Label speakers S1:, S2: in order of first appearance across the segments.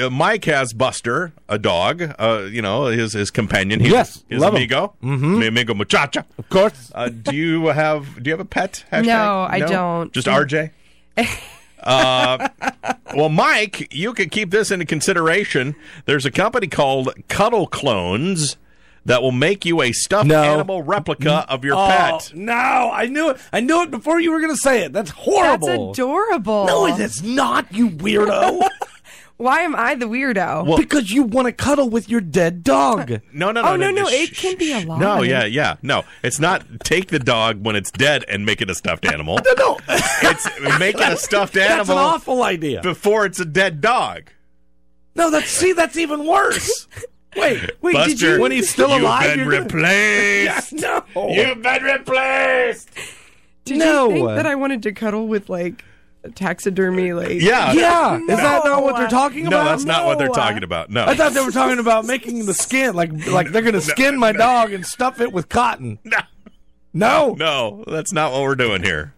S1: uh, Mike has Buster, a dog, uh, you know, his his companion. He's,
S2: Yes,
S1: his
S2: love him.
S1: amigo,
S3: Mm-hmm.
S1: mi amigo muchacha.
S2: Of course.
S1: Uh, do you have Do you have a pet? Hashtag?
S3: No, I don't.
S1: Just RJ. uh, well, Mike, you can keep this into consideration. There's a company called Cuddle Clones that will make you a stuffed
S2: No.
S1: animal replica of your
S2: Oh,
S1: pet.
S2: No, I knew it. I knew it before you were going to say it. That's
S3: That's
S2: horrible.
S3: adorable.
S2: No, it is not, you weirdo.
S3: Why am I the weirdo?
S1: Well-
S2: because you want to cuddle with your dead dog.
S1: No, no, no,
S3: Oh, no, no,
S1: shh,
S3: it
S1: shh,
S3: can be
S1: shh.
S3: alive.
S1: No, yeah, yeah, no. It's not take the dog when it's dead and make it a stuffed animal. no, no, it's make it a stuffed
S2: That's an
S1: animal
S2: awful idea.
S1: before it's a dead dog.
S2: No, that's see, that's even worse. Wait, wait,
S1: Buster,
S2: did you when he's still alive?
S1: You've
S2: you're
S1: been
S2: gonna-
S1: replaced.
S2: no,
S1: You've been replaced.
S3: Did
S2: No.
S3: you think that I wanted to cuddle with like a taxidermy? Like,
S1: Yeah,
S2: yeah. Is that not what they're talking
S1: No,
S2: about?
S1: that's not what they're
S3: No, uh,
S1: talking about. No,
S2: I thought they were talking about making the skin like like they're gonna skin my dog and stuff it with cotton.
S1: no,
S2: No,
S1: no, that's not what we're doing here.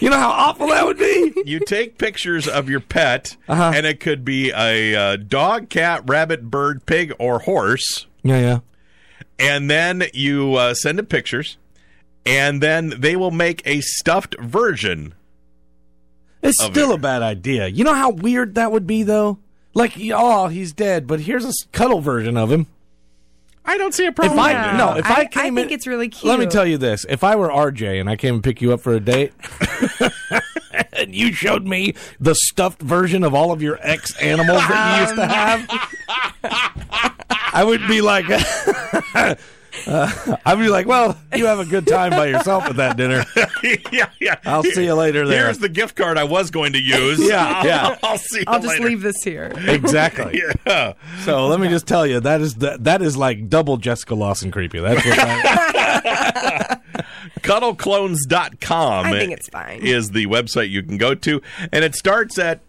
S2: you know how awful that would be.
S1: You take pictures of your pet,
S2: Uh-huh.
S1: and it could be a uh, dog, cat, rabbit, bird, pig, or horse.
S2: Yeah, yeah.
S1: and then you uh, send them pictures, and then they will make a stuffed version.
S2: It's
S1: Of
S2: still
S1: it.
S2: a bad idea. You know how weird that would be, though. Like, oh, he's dead, but here's a s- cuddle version of him.
S1: I don't see a
S2: If
S1: problem.
S2: I
S3: No.
S2: no, if
S3: I-
S2: I,
S3: I
S2: came,
S3: think
S2: in-
S3: it's really cute.
S2: Let me tell you this: if I were RJ and I came and pick you up for a date, and you showed me the stuffed version of all of your ex animals that you used
S1: Um.
S2: to have, I would be like, uh, I'd be like, well, you have a good time by yourself at that dinner.
S1: yeah, yeah.
S2: I'll see you later there.
S1: Here's the gift card I was going to use.
S2: Yeah, yeah.
S1: I'll see. You
S3: I'll just
S1: later.
S3: leave this here.
S2: exactly.
S1: Yeah.
S2: So let me just tell you that is that, that is like double Jessica Lawson creepy. That's what I,
S1: Cuddleclones.com
S3: I think it's fine.
S1: is the website you can go to, and it starts at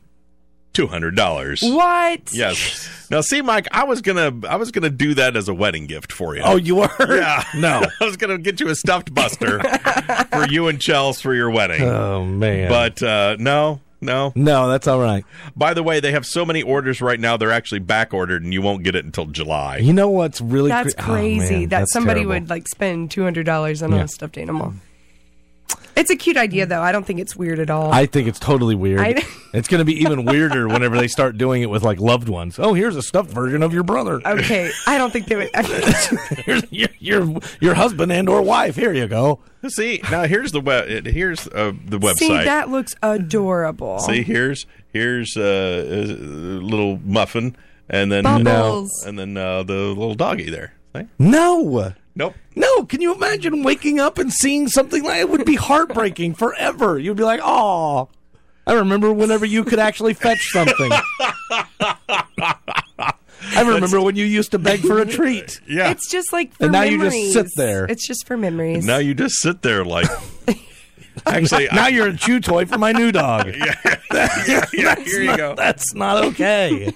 S1: two hundred dollars.
S3: What?
S1: Yes. Now, see, Mike, I was gonna, I was gonna do that as a wedding gift for you.
S2: oh you were
S1: Yeah.
S2: no
S1: I was gonna get you a stuffed Buster for you and Chels for your wedding.
S2: oh man
S1: But uh, no, no.
S2: no that's all right.
S1: By the way, they have so many orders right now; they're actually back ordered, and you won't get it until July.
S2: You know what's really
S3: That's
S2: cre- oh,
S3: crazy
S2: man,
S3: that
S2: that's
S3: somebody
S2: terrible.
S3: would like spend two hundred dollars on
S2: Yeah.
S3: a stuffed animal. It's a cute idea, though. I don't think it's weird at all.
S2: I think it's totally weird.
S3: I-
S2: it's going to be even weirder whenever they start doing it with like loved ones. Oh, here's a stuffed version of your brother.
S3: okay, I don't think they would. I think it's-
S2: Here's your your, your husband and or wife. Here you go.
S1: See, now here's the web. Here's uh, the website.
S3: See, that looks adorable.
S1: See, here's here's uh, a little muffin, and then
S3: Bubbles.
S1: and then uh, the little doggy there. See?
S2: No.
S1: Nope.
S2: No, can you imagine waking up and seeing something like it would be heartbreaking forever. You'd be like, "Oh, I remember whenever you could actually fetch something." I remember when you used to beg for a treat.
S1: Yeah.
S3: It's just like for
S2: And now you just
S3: memories.
S2: sit there.
S3: It's just for memories.
S1: now you just sit there like. Actually,
S2: now
S1: I-
S2: you're a chew toy for my new dog.
S1: yeah, here you go.
S2: That's not okay.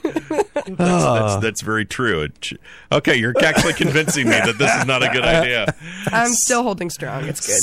S3: Ah.
S1: That's, that's very true. It ch- Okay, you're actually convincing me that this is not a good idea.
S3: I'm still holding strong. It's good.